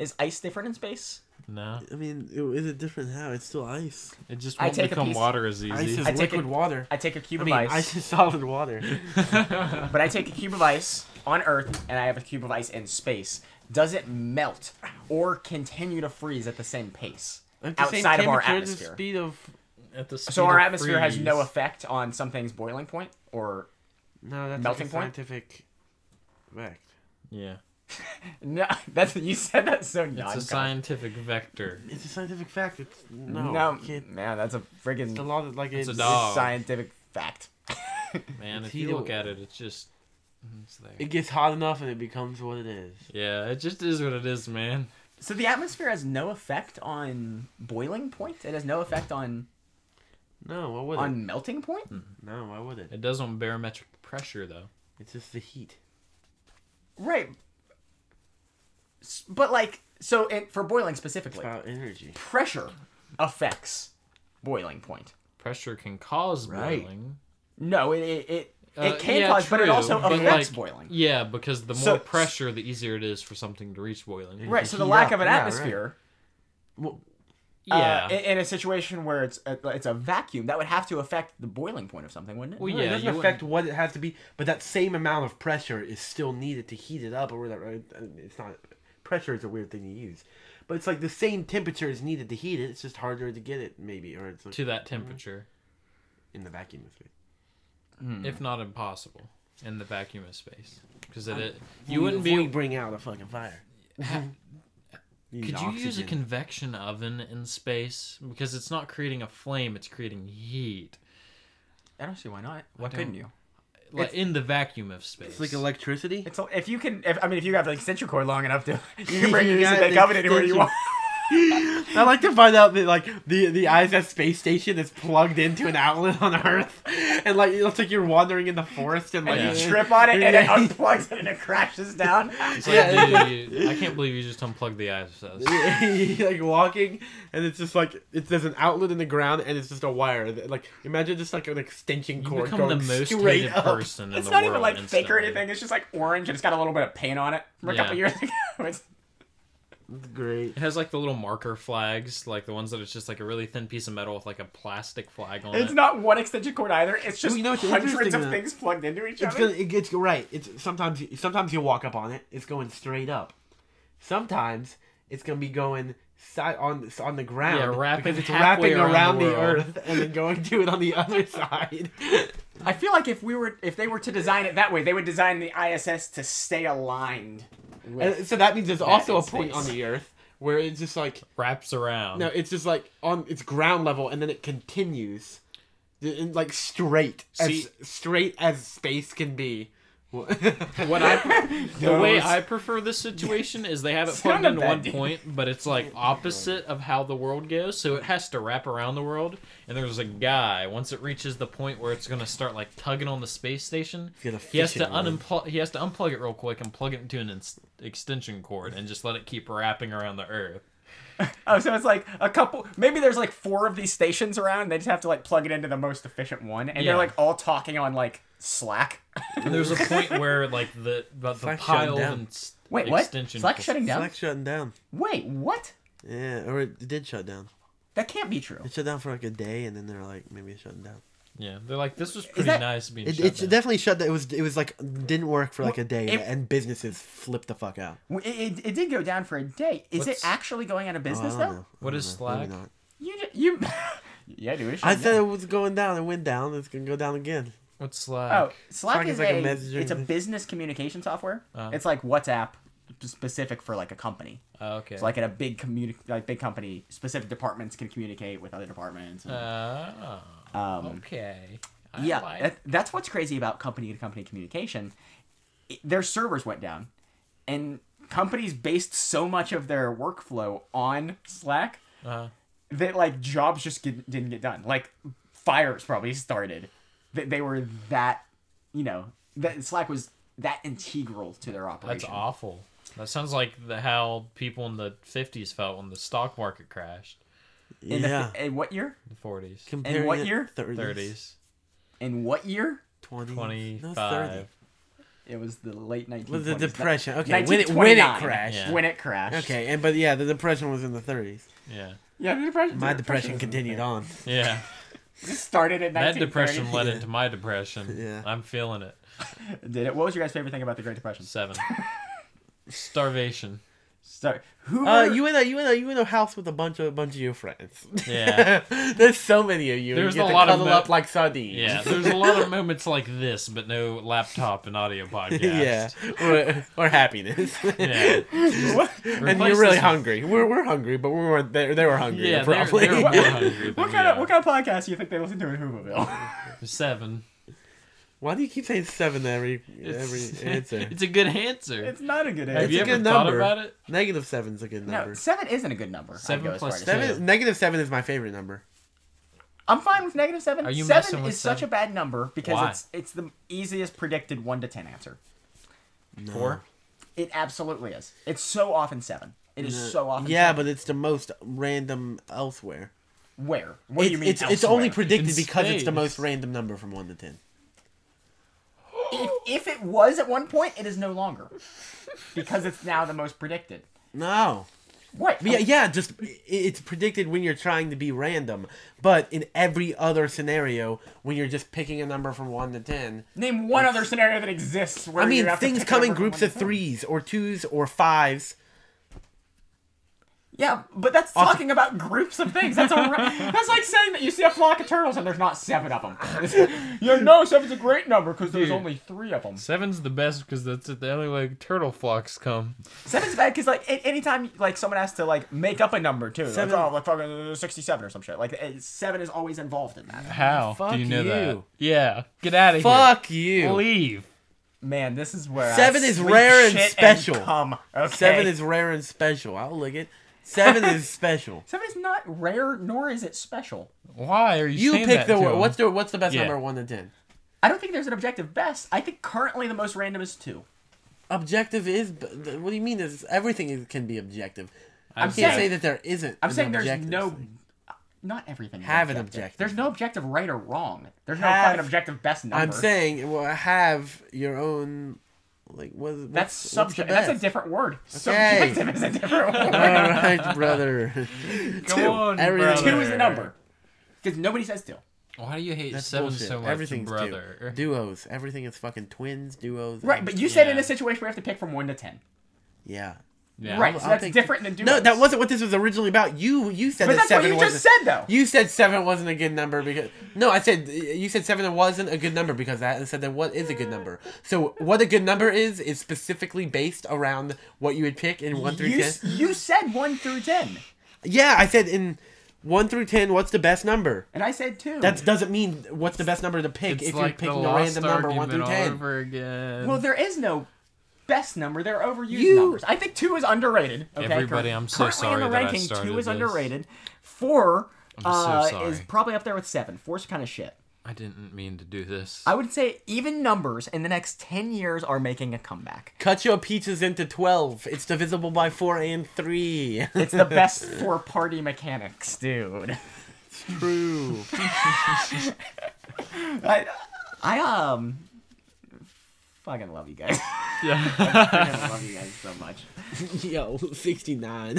Is ice different in space?
No,
I mean, it- is it different how? It's still ice.
it just
I
won't
take a
become
piece-
water as easy.
Ice is
I take
liquid
it-
water.
I take a cube
I mean,
of ice,
ice is solid water.
but I take a cube of ice on Earth, and I have a cube of ice in space. Does it melt or continue to freeze at the same pace
At the same
outside of our
temperature as the
atmosphere?
Speed of
At the speed
So our
of
atmosphere has no
freeze.
effect on something's boiling point or
no, that's
Melting
like a
point?
scientific fact.
Yeah,
no. That's you said that so
it's a
non.
scientific vector.
It's a scientific fact. It's no.
No,
you can't
man, that's a friggin'
The law that like it's,
a dog.
scientific fact.
Man,
It's
if you look
heatable.
at it, it's just it's there.
It gets hot enough and it becomes what it is.
Yeah, it just is what it is, man.
So the atmosphere has no effect on boiling point. It has no effect on
No, why would it?
on melting point.
Hmm.
No, why would it?
It does on barometric pressure though.
It's just the heat.
Right. S- But like, so and for boiling specifically,
About energy.
pressure affects boiling point.
Pressure can cause
Right.
boiling.
No, it it it,
Uh,
it can
yeah,
cause, but it
true,
also
but,
affects
like,
boiling.
Yeah, because the more
So-
pressure, the easier it is for something to reach boiling.
Right. So the
heat
lack
up,
of an
yeah, right.
atmosphere.
Yeah.
Uh, in, in a situation where it's a, it's a vacuum, that would have to affect the boiling point of something, wouldn't it?
well,
Yeah, it
yeah.
doesn't
You
affect what it has to be, but that same amount of pressure is still needed to heat it up or whatever. I- I- It's not pressure is a weird thing to use, but it's like the same temperature is needed to heat it. It's just harder to get it maybe, or it's like
to that temperature,
in the vacuum of space.
if not impossible, in the vacuum of space, because it, it you wouldn't be.
We bring out a fucking fire.
Could you use a convection oven in space? Because it's not creating a flame; it's creating heat,
I don't see why not. Why
couldn't
couldn't you?
like in the vacuum of space.
It's like electricity.
It's all- if you can. If, I mean, if you have the extension cord long enough to, you can bring
You
it into
got
that
an
covenant anywhere you
extension.
want.
I like to find out that like the the ISS space station is plugged into an outlet on Earth, and like it looks like you're wandering in the forest and like
Yeah.
You trip on it and it unplugs it and it crashes down.
It's like, dude, I can't believe you just unplugged the ISS.
you're like walking, and it's just like it's there's an outlet in the ground, and it's just a wire. That, like imagine just like an extension
You
cord
become
going
the most
straight
hated
up.
person in
It's
the
not
world.
even like fake or
instantly.
anything. It's just like orange and it's got a little bit of paint on it from a
Yeah.
couple years ago. It's-
Great.
It has like the little marker flags, like the ones that it's just like a really thin piece of metal with like a plastic flag on
It's
it.
not one extension cord either. It's just
Well, you know what's
hundreds
interesting,
of
though?
things plugged into
It's
each other.
gonna it gets right. It's sometimes sometimes you walk up on it. It's going straight up. Sometimes it's gonna be going side on on the ground.
Yeah, wrapping
because it's
halfway
wrapping
around
around,
the
the,
world.
Earth and then going to it on the other side.
I feel like if we were, if they were to design it that way, they would design the ISS to stay aligned. With,
And so that means there's also a
in
point on
space.
the Earth where it's just like
Wraps around.
no, it's just like on it's ground level and then it continues, th- and, like straight
See-
as straight as space can be.
What I the way I prefer this situation is they have it plugged
Sounded
into
bad,
one
dude.
point, but it's like opposite of how the world goes, so it has to wrap around the world. And there's a guy once it reaches the point where it's gonna start like tugging on the space station.
He's got a
He has to
fishing line.
unplug. He has to unplug it real quick and plug it into an ins- extension cord and just let it keep wrapping around the Earth.
oh, so it's like a couple. Maybe there's like four of these stations around. And they just have to like plug it into the most efficient one, and
Yeah.
they're like all talking on like Slack.
And there's a point where like the the, the
Slack's
pile
shutting down.
and s-
Wait, what?
extension
Slack
cord-
shutting down.
shutting down.
Wait, what?
Yeah, or it did shut down.
That can't be true.
It shut down for like a day, and then they're like, maybe it's shutting down.
Yeah, they're like this was pretty
that-
nice being
It,
shut
it's
down.
definitely shut. down. It was it was like didn't work for like a day,
it-
and businesses flipped the fuck out.
It, it, it did go down for a day. Is
What's-
it actually going out of
Oh, I
business
don't
though?
know.
What
I
is
don't know. Maybe
Slack?
not.
You ju- you. yeah, dude. it
I
should've
said
been.
it was going down. It went down. It's gonna go down again.
What's Slack?
Oh, Slack,
Slack
is,
is like a
a,
messaging
it's a
thing.
business communication software.
Uh-huh.
It's like WhatsApp specific for like a company.
Oh, okay.
It's like at a big communi- like big company, specific departments can communicate with other departments. and,
Oh,
um,
okay. I
yeah,
like-
that, that's what's crazy about company to company communication. It- their servers went down, and companies based so much of their workflow on Slack
Uh,
that like jobs just get, didn't get done. Like fires probably started. They, they were that, you know, that Slack was that integral to their operation.
that's awful. That sounds like the, how people in the 50s felt when the stock market crashed.
In, the,
yeah.
in what year?
The 40s,
Comparing
what
it-
year?
30s.
30s,
In what year?
20,
25.
It was the late 1920s.
Was the depression? Okay, when it when it
1929.
crashed.
Yeah.
When it crashed.
Okay, and but yeah, the depression was in the 30s.
Yeah.
Yeah, the depression.
My
the
depression
was in the
continued on.
Yeah.
thirties. It started in
that depression
1930s.
led into my depression.
Yeah.
I'm feeling it.
Did it? What was your guys' favorite thing about the Great Depression?
Seven. Starvation.
Start. Who?
Uh,
were-
you in a you in a you in a house with a bunch of a bunch of your friends.
Yeah.
There's so many of you. and
There's
you get
a
to
lot of
cuddle
mo-
up like sardines.
Yeah. There's a lot of moments like this, but no laptop and audio podcast.
yeah, or, or happiness.
Yeah.
what,
and
Replace
you're really
this-
hungry. We're, we're hungry, but we weren't. They, they were hungry.
Yeah. They're,
probably.
they're more hungry
what
than
kind
we
of what kind of podcast do you think they listen to in Hooverville?
are. Seven.
Why do you keep saying seven every
It's,
every answer?
it's a good answer.
it's not a good
Have
it's
answer.
you
a good
ever thought
number.
about it?
Negative seven's a good number.
No, seven isn't a good number. I'd
Seven
go as
plus
far as
seven,
saying.
is- negative seven is my favorite number.
I'm fine with negative seven.
Are you messing
seven
with
is such
seven?
a bad number because
Why?
it's it's the easiest predicted one to ten answer.
No.
Four.
It absolutely is. It's so often seven. It is so often.
uh, Yeah,
seven.
but it's the most random elsewhere.
where? What
Oh,
do you
It's-
mean?
It's, it's only
elsewhere?
predicted
In
because it's the most
space.
random number from one to ten.
if, if it was at one point, it is no longer because it's now the most predicted.
No.
What?
Oh.
But yeah, yeah, just i- it's predicted when you're trying to be random, but in every other scenario, when you're just picking a number from one to ten,
Name one other scenario that exists where
I mean
you have to
things
pick
come in
number from
groups
one
of
to ten.
threes or twos or fives.
Yeah, but that's talking about groups of things. That's a, ra- that's like saying that you see a flock of turtles and there's not seven of them. you know, seven's a great number because there's
Dude.
only three of them.
Seven's the best because that's the only way turtle flocks come.
Seven's bad because like a- anytime like someone has to like make up a number too.
Seven-
Like, oh, like fucking sixty-seven or some shit. Like eh, seven is always involved in that.
How
Fuck
do you know that?
you.
Yeah, get out of here.
Fuck you.
leave.
Man, this is where I
Seven is
sleep,
rare and
shit,
special.
cum, okay?
Seven is rare and special. I'll look it. Seven is special.
seven is not rare nor is it special.
Why are
You
you? saying
pick
that
the
to
wor-
him?
what's the what's the best
Yeah.
number one to ten?
I don't think there's an objective best. I think currently the most random is two.
Objective is. b- th- What do you mean? Is everything is, can be objective? I
I'm
can't
saying-
say that there isn't.
I'm
an
saying there's
objective
no.
thing.
Not everything. is
Have an objective.
There's no objective right or wrong. There's no
Have-
fucking objective best number.
I'm saying well, have your own. Like what? what's-
that's
what's the
subjective. That's a
best?
different word.
Okay.
Subjective is a different
All
word.
right, brother.
Come on,
Everything-
two is a number because nobody says two.
Why do you hate
That's
seven
bullshit.
so much,
Everything's du-
brother?
duos. Everything is fucking twins, duos.
Right, but you said in
Yeah.
a situation where you have to pick from one to ten.
yeah.
Yeah.
Right, so
I'll
that's
take-
different than duos.
No, that wasn't what this was originally about. You you said
But
that
that's what
seven
you
wasn't.
just said, though.
You said seven wasn't a good number because no, I said you said seven wasn't a good number because that, and said that what is a good number? So what a good number is is specifically based around what you would pick in one through
you,
ten.
s- you said one through ten,
Yeah, I said in one through ten, what's the best number?
and I said two.
That doesn't mean what's the best number to pick
It's
if
like
you're
the
picking a
lost
random number one through
argument all
ten.
over again.
well, there is no best number. They're overused
You-
numbers. I think two is underrated. Okay,
Everybody,
Cur-
I'm so
currently
sorry
in the
that I
ranking,
started
two is
this.
underrated. Four
I'm so
uh,
sorry.
is probably up there with seven. Four's kind of shit.
I didn't mean to do this.
I would say even numbers in the next 10 years are making a comeback.
Cut your pizzas into twelve. It's divisible by four and three.
It's the best for party mechanics, dude.
True.
I, I um fucking love you guys.
Yeah.
I love you guys so much.
Yo, sixty nine.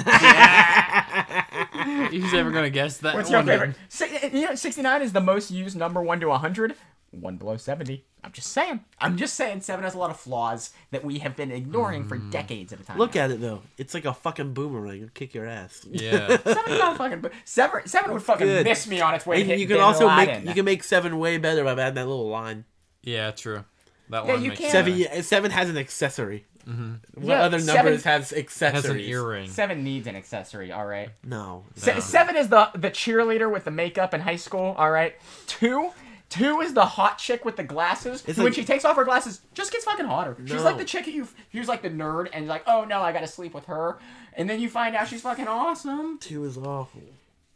Who's ever gonna guess that?
What's your
one then?
favorite? Si- eh, you know, 69 is the most used number 1 to 100. One below 70. I'm just saying. I'm just saying 7 has a lot of flaws that we have been ignoring for decades at a time.
Mm. Look at it though. It's like a fucking boomerang. It'll kick your ass.
Yeah.
Seven's not fucking. bu- Seven, seven would fucking
Good.
miss me on its way. to
And
hit
you can
Bin
also make
Laden.
you can make seven way better by adding that little line.
Yeah. True. That
Yeah,
one
you
makes
can.
Seven
sense.
yeah, seven has an accessory. What
Yeah,
other
seven-
numbers has
It
accessories?
has an earring.
Seven needs an accessory. All right.
No.
Se-
No.
Seven is the the cheerleader with the makeup in high school. All right. Two. Two is the hot chick with the glasses.
It's
who when
like-
she takes off her glasses, just gets fucking hotter. She's like
No.
the chick who you, who's like the nerd, and you're like, oh no, I gotta sleep with her. And then you find out she's fucking awesome.
Two is awful.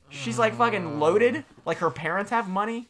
She's like
Mm.
fucking loaded. Like her parents have money.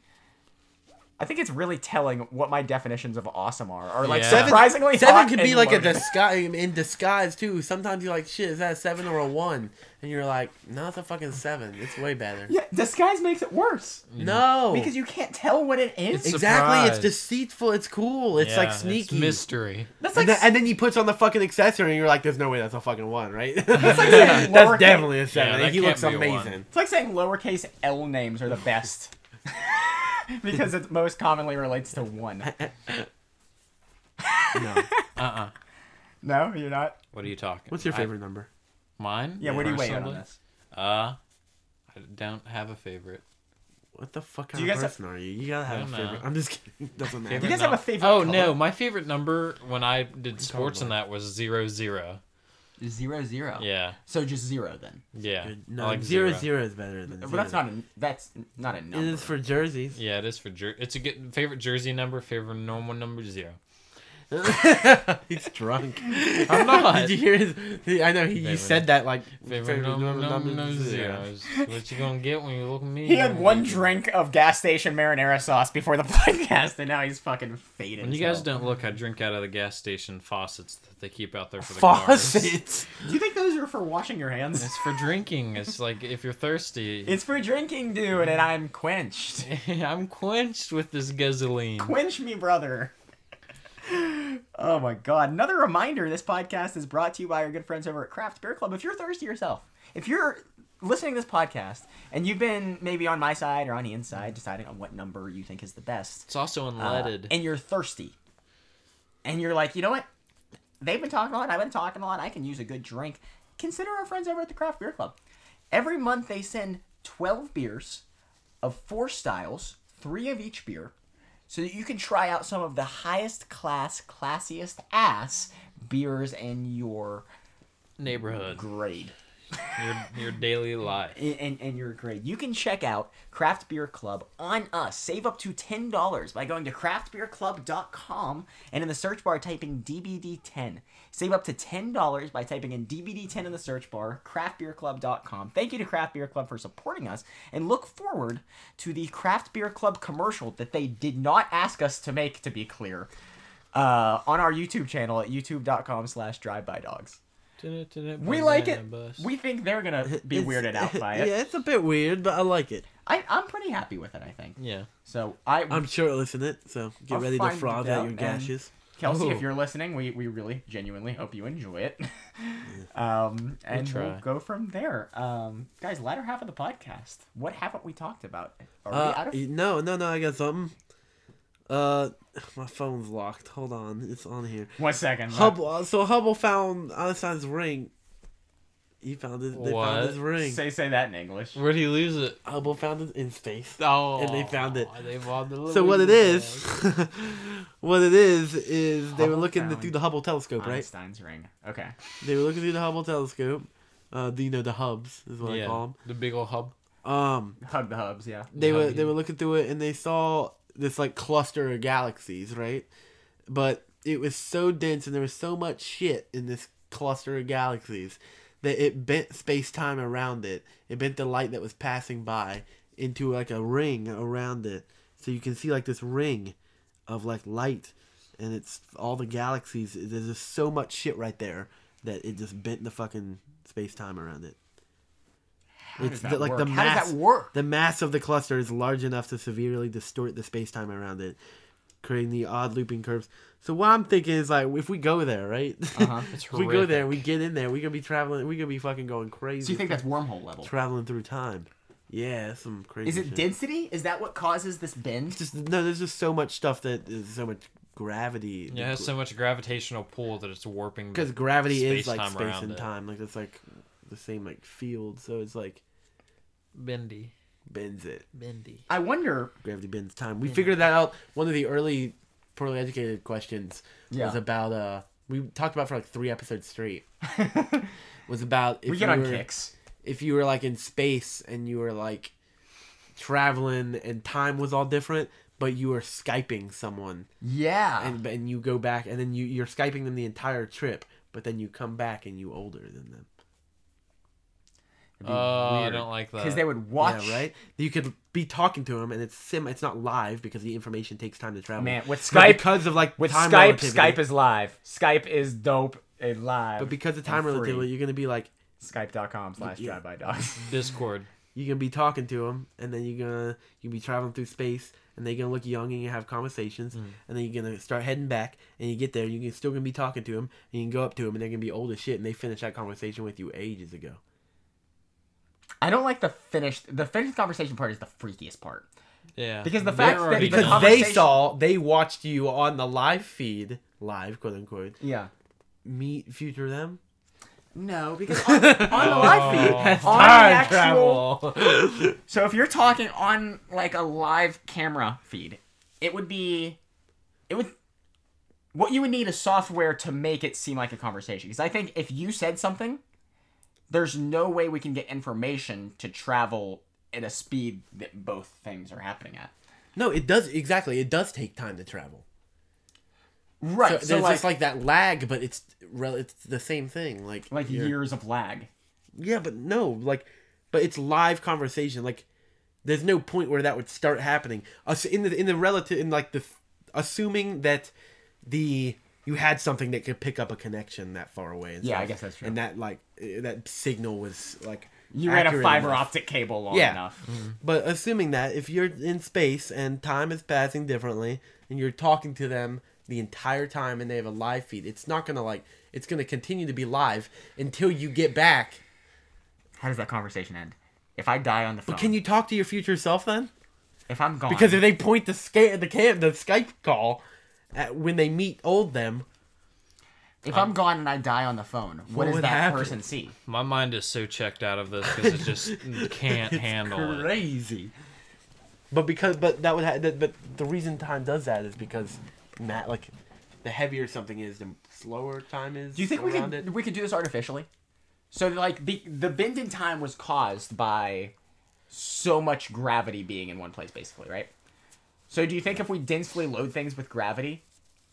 I think it's really telling what my definitions of awesome are. Or like
Yeah. Seven-
surprisingly
Seven
hot
could be
and
like a
loaded.
disguise in disguise too. Sometimes you're like, shit, is that a seven or a one? And you're like, no, it's a fucking seven. It's way better.
Yeah, disguise makes it worse
No.
because you can't tell what it is.
It's
exactly. It's
Surprise.
deceitful. It's cool. It's
Yeah,
like sneaky.
mystery.
That's
and,
like
then, and then he puts on the fucking accessory, and you're like, "There's no way that's a fucking one, right?" that's
like saying lowercase-
definitely a seven.
Yeah,
and
that
he
can't
looks
be a one.
amazing.
It's like saying lowercase L names are the best because it most commonly relates to one.
No.
Uh. uh
No, you're not.
What are you talking?
What's your
I-
favorite number?
mine.
Yeah, what do you weigh on
personally?
this?
Uh, I don't have a favorite.
What the fuck
you
kind of
guys have-
person are you? You gotta have a
don't
favorite.
know.
I'm just kidding. Doesn't matter.
You guys have a favorite?
Oh
color?
no, my favorite number when I did sports and that was zero zero.
zero zero.
Yeah,
So just zero then.
yeah.
No,
I like
zero zero is better than.
But
zero.
that's not a that's not a
It
number.
is for jerseys.
Yeah, it is for jer- it's a good favorite jersey number, favorite normal number zero.
He's drunk.
I'm not.
Did you hear his? he- I know he. You
Favorite
said that like
Favorite number, number, no zeros. What you gonna get when you look at me?
He had one drink of gas station marinara sauce before the podcast, and now he's fucking faded.
When you guys don't look, I drink out of the gas station faucets that they keep out there for the cars.
Faucets.
Do you think those are for washing your hands?
It's for drinking. It's like if you're thirsty.
It's for drinking, dude, and I'm quenched.
I'm quenched with this gasoline.
Quench me, brother. Oh my god. Another reminder this podcast is brought to you by our good friends over at Craft Beer Club. If you're thirsty yourself, if you're listening to this podcast and you've been maybe on my side or on the inside deciding on what number you think is the best,
It's also
uh,
unleaded.
and you're thirsty, and you're like, you know what? They've been talking a lot. I've been talking a lot. I can use a good drink. Consider our friends over at the Craft Beer Club. Every month they send 12 beers of four styles, three of each beer, so that you can try out some of the highest class, classiest ass beers in your
Neighborhood.
grade.
Your, your daily life.
and, and, and your grade. You can check out Craft Beer Club on us. Save up to $10 by going to craftbeerclub.com and in the search bar typing DBD10. Save up to $10 by typing in DBD10 in the search bar, craftbeerclub.com. Thank you to Craft Beer Club for supporting us and look forward to the Craft Beer Club commercial that they did not ask us to make, to be clear, uh, on our YouTube channel at youtube.com slash drivebydogs. We like it. We think they're going to be
It's-
weirded out by it.
Yeah, it's a bit weird, but I like it.
I, I'm pretty happy with it, I think.
Yeah.
So I,
I'm shirtless in it, so get
I'll
ready to
find
froth
it
out
out,
your
man.
gashes.
Kelsey,
oh.
Ooh.
if you're listening, we, we really genuinely hope you enjoy it. um, and we'll,
try.
go from there. Um, guys, latter half of the podcast. What haven't we talked about? Are we
Uh,
out of?
y- no, no, no. I got something. Uh, my phone's locked. Hold on, it's on here.
One second.
Hubble. uh, So Hubble found Einstein's ring. He found his. They
What?
found his ring.
Say say that in English.
Where'd he lose it?
Hubble found it in space.
Oh.
And they found it.
They found the
So what it
Louisiana.
is, what it is, is they were
Hubble
looking
found
through the Hubble telescope, right?
Einstein's ring. Okay.
They were looking through the Hubble telescope. Uh, the, you know the hubs is what I call
Yeah.
them.
The big old hub.
Um,
Hug the hubs. Yeah.
they
Yeah,
were
yeah.
they were looking through it and they saw this like cluster of galaxies, right? But it was so dense and there was so much shit in this cluster of galaxies that it bent space time around it. It bent the light that was passing by into like a ring around it. So you can see like this ring of like light and it's all the galaxies there's just so much shit right there that it just bent the fucking space time around it.
How does
It's
that
the- like
work?
the
How
mass.
does that work?
The mass of the cluster is large enough to severely distort the space time around it, creating the odd looping curves. So what I'm thinking is like, if we go there, right?
Uh-huh.
It's
if we go there,
horrific.
we get in there, we gonna be traveling. We gonna be fucking going crazy.
So you think that's wormhole level?
traveling through time? Yeah, that's some crazy.
Is it
shit.
density? Is that what causes this bend?
It's Just no, there's just so much stuff that is so much gravity.
Yeah, it has so much gravitational pull that it's warping.
because gravity is like
Space-time
space
around
and
it.
time, like it's like the same like field. So it's like
bendy,
bends it.
bendy.
I wonder.
Gravity bends time. We figured that out. One of the early poorly educated questions
Yeah.
was about uh we talked about for like three episodes straight. was about if
we get
you
on
were,
kicks.
if you were like in space and you were like traveling and time was all different, but you were skyping someone
Yeah.
and and you go back and then you you're skyping them the entire trip, but then you come back and you older than them.
It'd be
Oh, I
weird.
don't like that.
Because they would watch.
uh, Yeah, right. You could be talking to them, and it's sim. It's not live because the information takes time to travel.
Man, with
But
Skype-
because of like
With
time
Skype,
relativity-
Skype is live. Skype is dope and live.
But because of time
free.
relativity, you're gonna be like
Skype.com slash
Yeah.
drive by dogs.
Discord.
you're gonna be talking to them, and then you're gonna you be traveling through space, and they're gonna look young, and you have conversations,
Mm.
and then you're gonna start heading back, and you get there, you're gonna- still gonna be talking to them, and you can go up to them, and they're gonna be old as shit, and they finished that conversation with you ages ago.
I don't like the finished. The finished conversation part is the freakiest part.
Yeah.
Because the
They're
fact that-
already
because
done.
Because
The
they
conversation-
saw, they watched you on the live feed, live quote unquote,
Yeah.
meet future them.
No, because on, on the
Oh.
live feed, on
That's
the
Time
actual.
travel.
So if you're talking on like a live camera feed, it would be, it would. What you would need is software to make it seem like a conversation. Because I think if you said something, there's no way we can get information to travel at a speed that both things are happening at.
No, it does exactly. It does take time to travel. So,
Right. So,
it's
like,
just like that lag, but it's rel- it's the same thing. Like
like
you're-
years of lag.
Yeah, but no, like, but it's live conversation. Like, there's no point where that would start happening. Us in the in the relative in like the assuming that the you had something that could pick up a connection that far away. And
Yeah, I
stuff,
guess that's true.
And that like eh, that signal was like
You ran a
accurate
fiber
enough.
optic cable long
Yeah.
enough.
Mm-hmm. But assuming that if you're in space and time is passing differently and you're talking to them the entire time and they have a live feed, it's not gonna like it's gonna continue to be live until you get back.
How does that conversation end? If I die on the phone,
But can you talk to your future self then?
if I'm gone,
Because if they point the sca- the cam the Skype call at when they meet old them,
If I'm gone and I die on the phone, what, does
would
that
happen?
person see?
My mind is so checked out of this because it just can't handle it.
crazy. But because but that would ha- that, but the reason time does that is because Matt like the heavier something is, the slower time is.
Do you think we
around
could
it.
we could do this artificially? So like the the bend in time was caused by so much gravity being in one place, basically, right? So do you think if we densely load things with gravity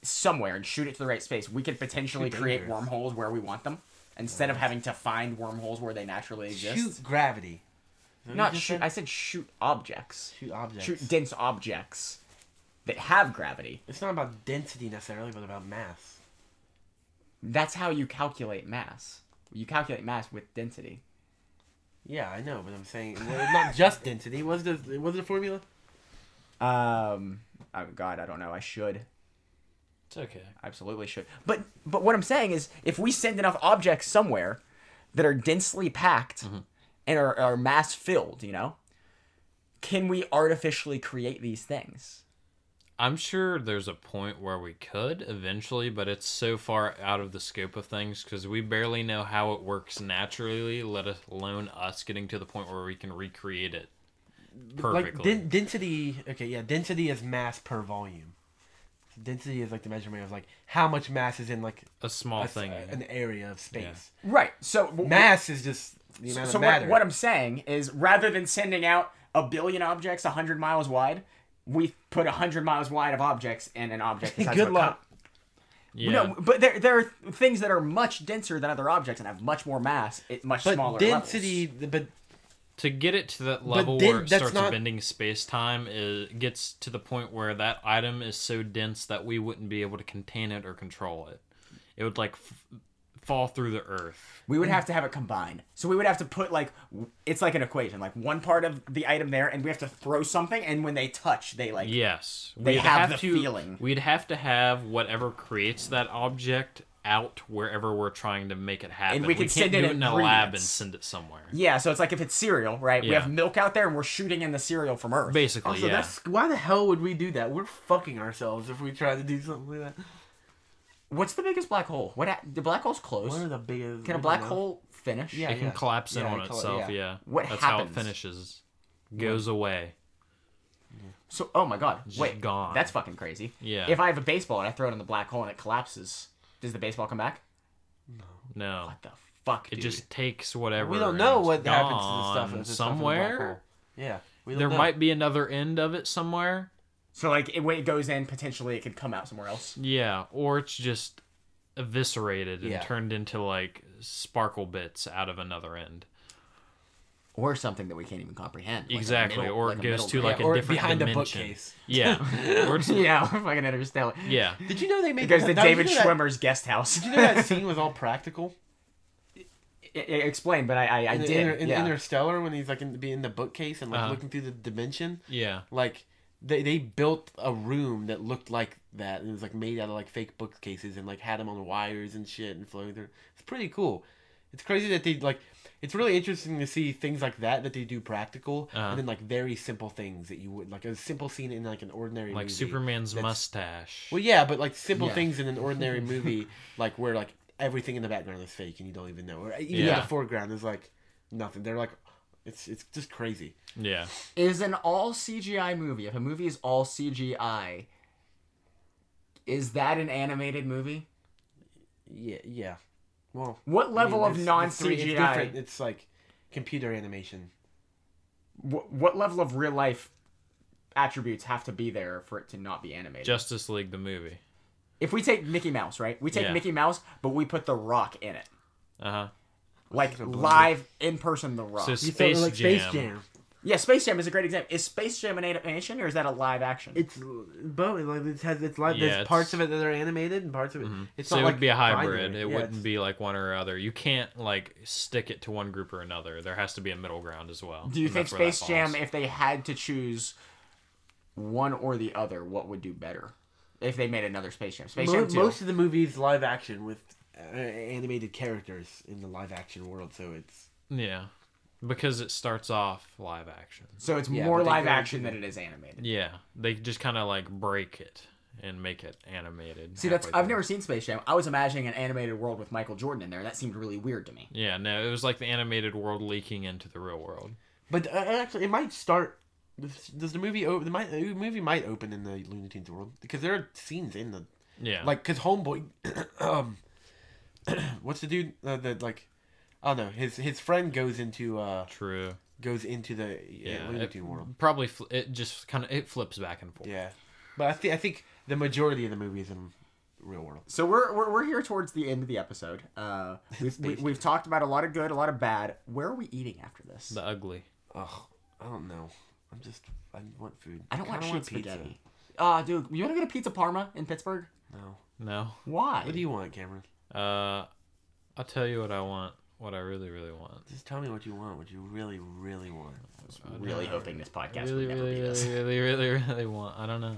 somewhere and shoot it to the right space, we could potentially create
dangerous.
wormholes where we want them instead of having to find wormholes where they naturally exist?
shoot gravity?
Not shoot. I said shoot objects.
Shoot objects.
Shoot dense objects that have gravity.
It's not about density necessarily, but about mass.
That's how you calculate mass. You calculate mass with density.
Yeah, I know, but I'm saying well, not just density. Was the was the formula?
Um, oh God, I don't know. I should
It's okay.
absolutely should. But but what I'm saying is, if we send enough objects somewhere that are densely packed
Mm-hmm.
and are, are mass filled, you know, can we artificially create these things?
I'm sure there's a point where we could eventually, but it's so far out of the scope of things because we barely know how it works naturally, let alone us getting to the point where we can recreate it
Like
perfectly.
den- density. Okay, yeah, density is mass per volume. Density is like the measurement of like how much mass is in like
a small
a s-
thing.
an area of space.
Right. So mass.
Mass is just the amount
So
of
what,
matter.
what I'm saying is, rather than sending out a billion objects hundred miles wide, we put hundred miles wide of objects in an object. the size
Good
of a
luck.
cup.
yeah.
No, but there there are things that are much denser than other objects and have much more mass at much smaller
but density,
levels.
but
to get it to that level
then
where it
that's
starts
not-
bending space time is gets to the point where that item is so dense that we wouldn't be able to contain it or control it. It would like f- fall through the earth.
We would have to have it combined. So we would have to put like w- it's like an equation, like one part of the item there, and we have to throw something, and when they touch, they like
Yes,
They
we'd
have the
to,
feeling.
We'd have to have whatever creates that object out wherever we're trying to make it happen.
And we can
can't
send in
do it in a lab and
ingredients.
send it somewhere.
yeah. So it's like if it's cereal, right? We
Yeah.
have milk out there, and we're shooting in the cereal from Earth.
Basically,
also
Oh, yeah.
that's why the hell would we do that? We're fucking ourselves if we try to do something like that.
What's the biggest black hole? What ha- do black holes close?
One of the biggest.
Can a
we
black
know.
hole finish?
Yeah.
it can collapse in
Yeah,
on
it colla-
itself.
yeah.
yeah.
What
that's
happens?
how it finishes. Goes away.
So, oh my god, wait,
gone.
That's fucking crazy.
Yeah.
If I have a baseball and I throw it in the black hole and it collapses, does the baseball come back?
No.
What the fuck?
It
dude?
just takes whatever.
We don't
and
know
it's
what happens to the stuff.
gone
if it's stuff in the black
somewhere.
hole. Yeah, we don't
there
know.
might be another end of it somewhere.
so like it, when it goes in, potentially it could come out somewhere else.
Yeah, or it's just eviscerated and
Yeah.
turned into like sparkle bits out of another end.
or something that we can't even comprehend. like a
exactly,
middle-
or
like
it
a
goes
middle
to
ground.
like a
or
different
behind a
dimension.
bookcase.
Yeah, or it's,
yeah, we're fucking interstellar.
yeah.
Did you know they made
It goes to
that- did you
David
know that-
Schwimmer's guest house.
Did you know that scene was all practical?
I- I- E, Explain, but I I, I
In,
did.
in, in
yeah.
Interstellar, when he's like in, be in the bookcase and like
Uh-huh.
looking through the dimension,
Yeah.
like they, they built a room that looked like that and it was like made out of like fake bookcases and like had them on wires and shit and floating through. It's pretty cool. It's crazy that they like. It's really interesting to see things like that that they do practical
Uh-huh.
and then like very simple things that you would like a simple scene in like an ordinary
Like
movie.
Superman's
that's-
mustache.
Well, yeah, but like simple
Yeah.
things in an ordinary movie, like where like everything in the background is fake and you don't even know, or even in
Yeah.
the foreground is like nothing. They're like, it's it's just crazy.
yeah.
Is an all CGI movie? If a movie is all CGI, is that an animated movie?
Yeah, yeah. Well,
What
I mean,
level
it's-
of non
it's three- it's different.
CGI?
It's like computer animation.
What, what level of real life attributes have to be there for it to not be animated?
Justice League the movie.
If we take Mickey Mouse, right? We take
Yeah.
Mickey Mouse, but we put The Rock in it,
Uh huh.
like live in person. The Rock.
So
You
Space,
felt like
Jam.
Space Jam.
yeah, Space Jam is a great example. Is Space Jam an animation or is that a live action?
It's both. Like it has it's like
Yeah,
there's parts
it's- Mm-hmm.
of it that are animated and parts of it. It's
So
not
it
like
would be a hybrid.
binary.
It
Yeah,
wouldn't
it's-
be like one or other. You can't like stick it to one group or another. There has to be a middle ground as well.
Do you
and
think
that's where that
Space Jam,
falls.
if they had to choose one or the other, what would do better? If they made another Space Jam, Space
Mo-
Jam 2.
most of the movies live action with uh, animated characters in the live action world. So it's
yeah, because it starts off live action.
so it's
Yeah,
more
but they
live
go into
action
the-
than it is animated.
Yeah, they just kind of like break it and make it animated.
See, that's
halfway
I've
through.
never seen Space Jam. I was imagining an animated world with Michael Jordan in there. That seemed really weird to me.
Yeah, no, it was like the animated world leaking into the real world.
But uh, actually, it might start. Does the movie open? The, mi- the movie might open in the Looney Tunes world because there are scenes in the
Yeah,
like because Homeboy, um, what's the dude uh, that like? I don't know. His his friend goes into uh
true.
goes into the uh,
Yeah,
Looney
it
Tunes world.
probably fl- it just kind of it flips back and forth.
Yeah, but I think I think the majority of the movies in real world.
So we're we're, we're here towards the end of the episode. Uh, we've we,
Space
we've talked about a lot of good, a lot of bad. Where are we eating after this?
The ugly.
Ugh, I don't know. I'm just I want food.
I don't want
kinda
shit spaghetti. Ah, dude, you want to go to Pizza Parma in Pittsburgh?
No.
No.
Why?
What do you want, Cameron?
Uh, I'll tell you what I want. What I really, really want.
Just tell me what you want. What you really, really want.
really hoping this podcast would
really,
never
really,
be this.
really, really, really, really want. I don't know.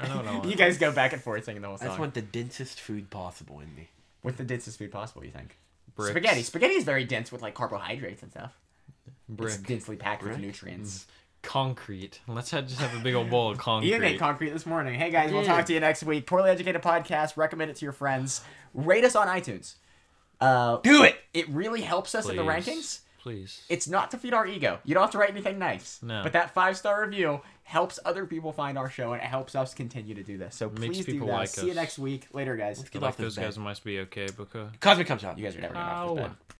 I don't know what I
You
want.
guys go back and forth singing the whole
I just
song.
want the densest food possible in me.
What's the densest food possible? You think?
Bricks.
Spaghetti. Spaghetti is very dense with like carbohydrates and stuff. It's
Brick.
densely packed with nutrients.
Concrete. Let's have, just have a big old bowl of concrete.
Ian ate concrete this morning. Hey guys, we'll talk
did.
to you next week. Poorly Educated Podcast. Recommend it to your friends. Rate us on iTunes. Uh,
Do it.
it really helps us in the
Please.
rankings.
Please.
It's not to feed our ego. You don't have to write anything nice.
No.
But that five star review helps other people find our show and it helps us continue to do this. So
Makes
please do
people
that.
like
See you
us.
next week. Later, guys.
Let's
I
get
like
off this
those
bed.
guys must be okay because.
Cosmic comes out.
You guys are never getting off this
Ow.
bed.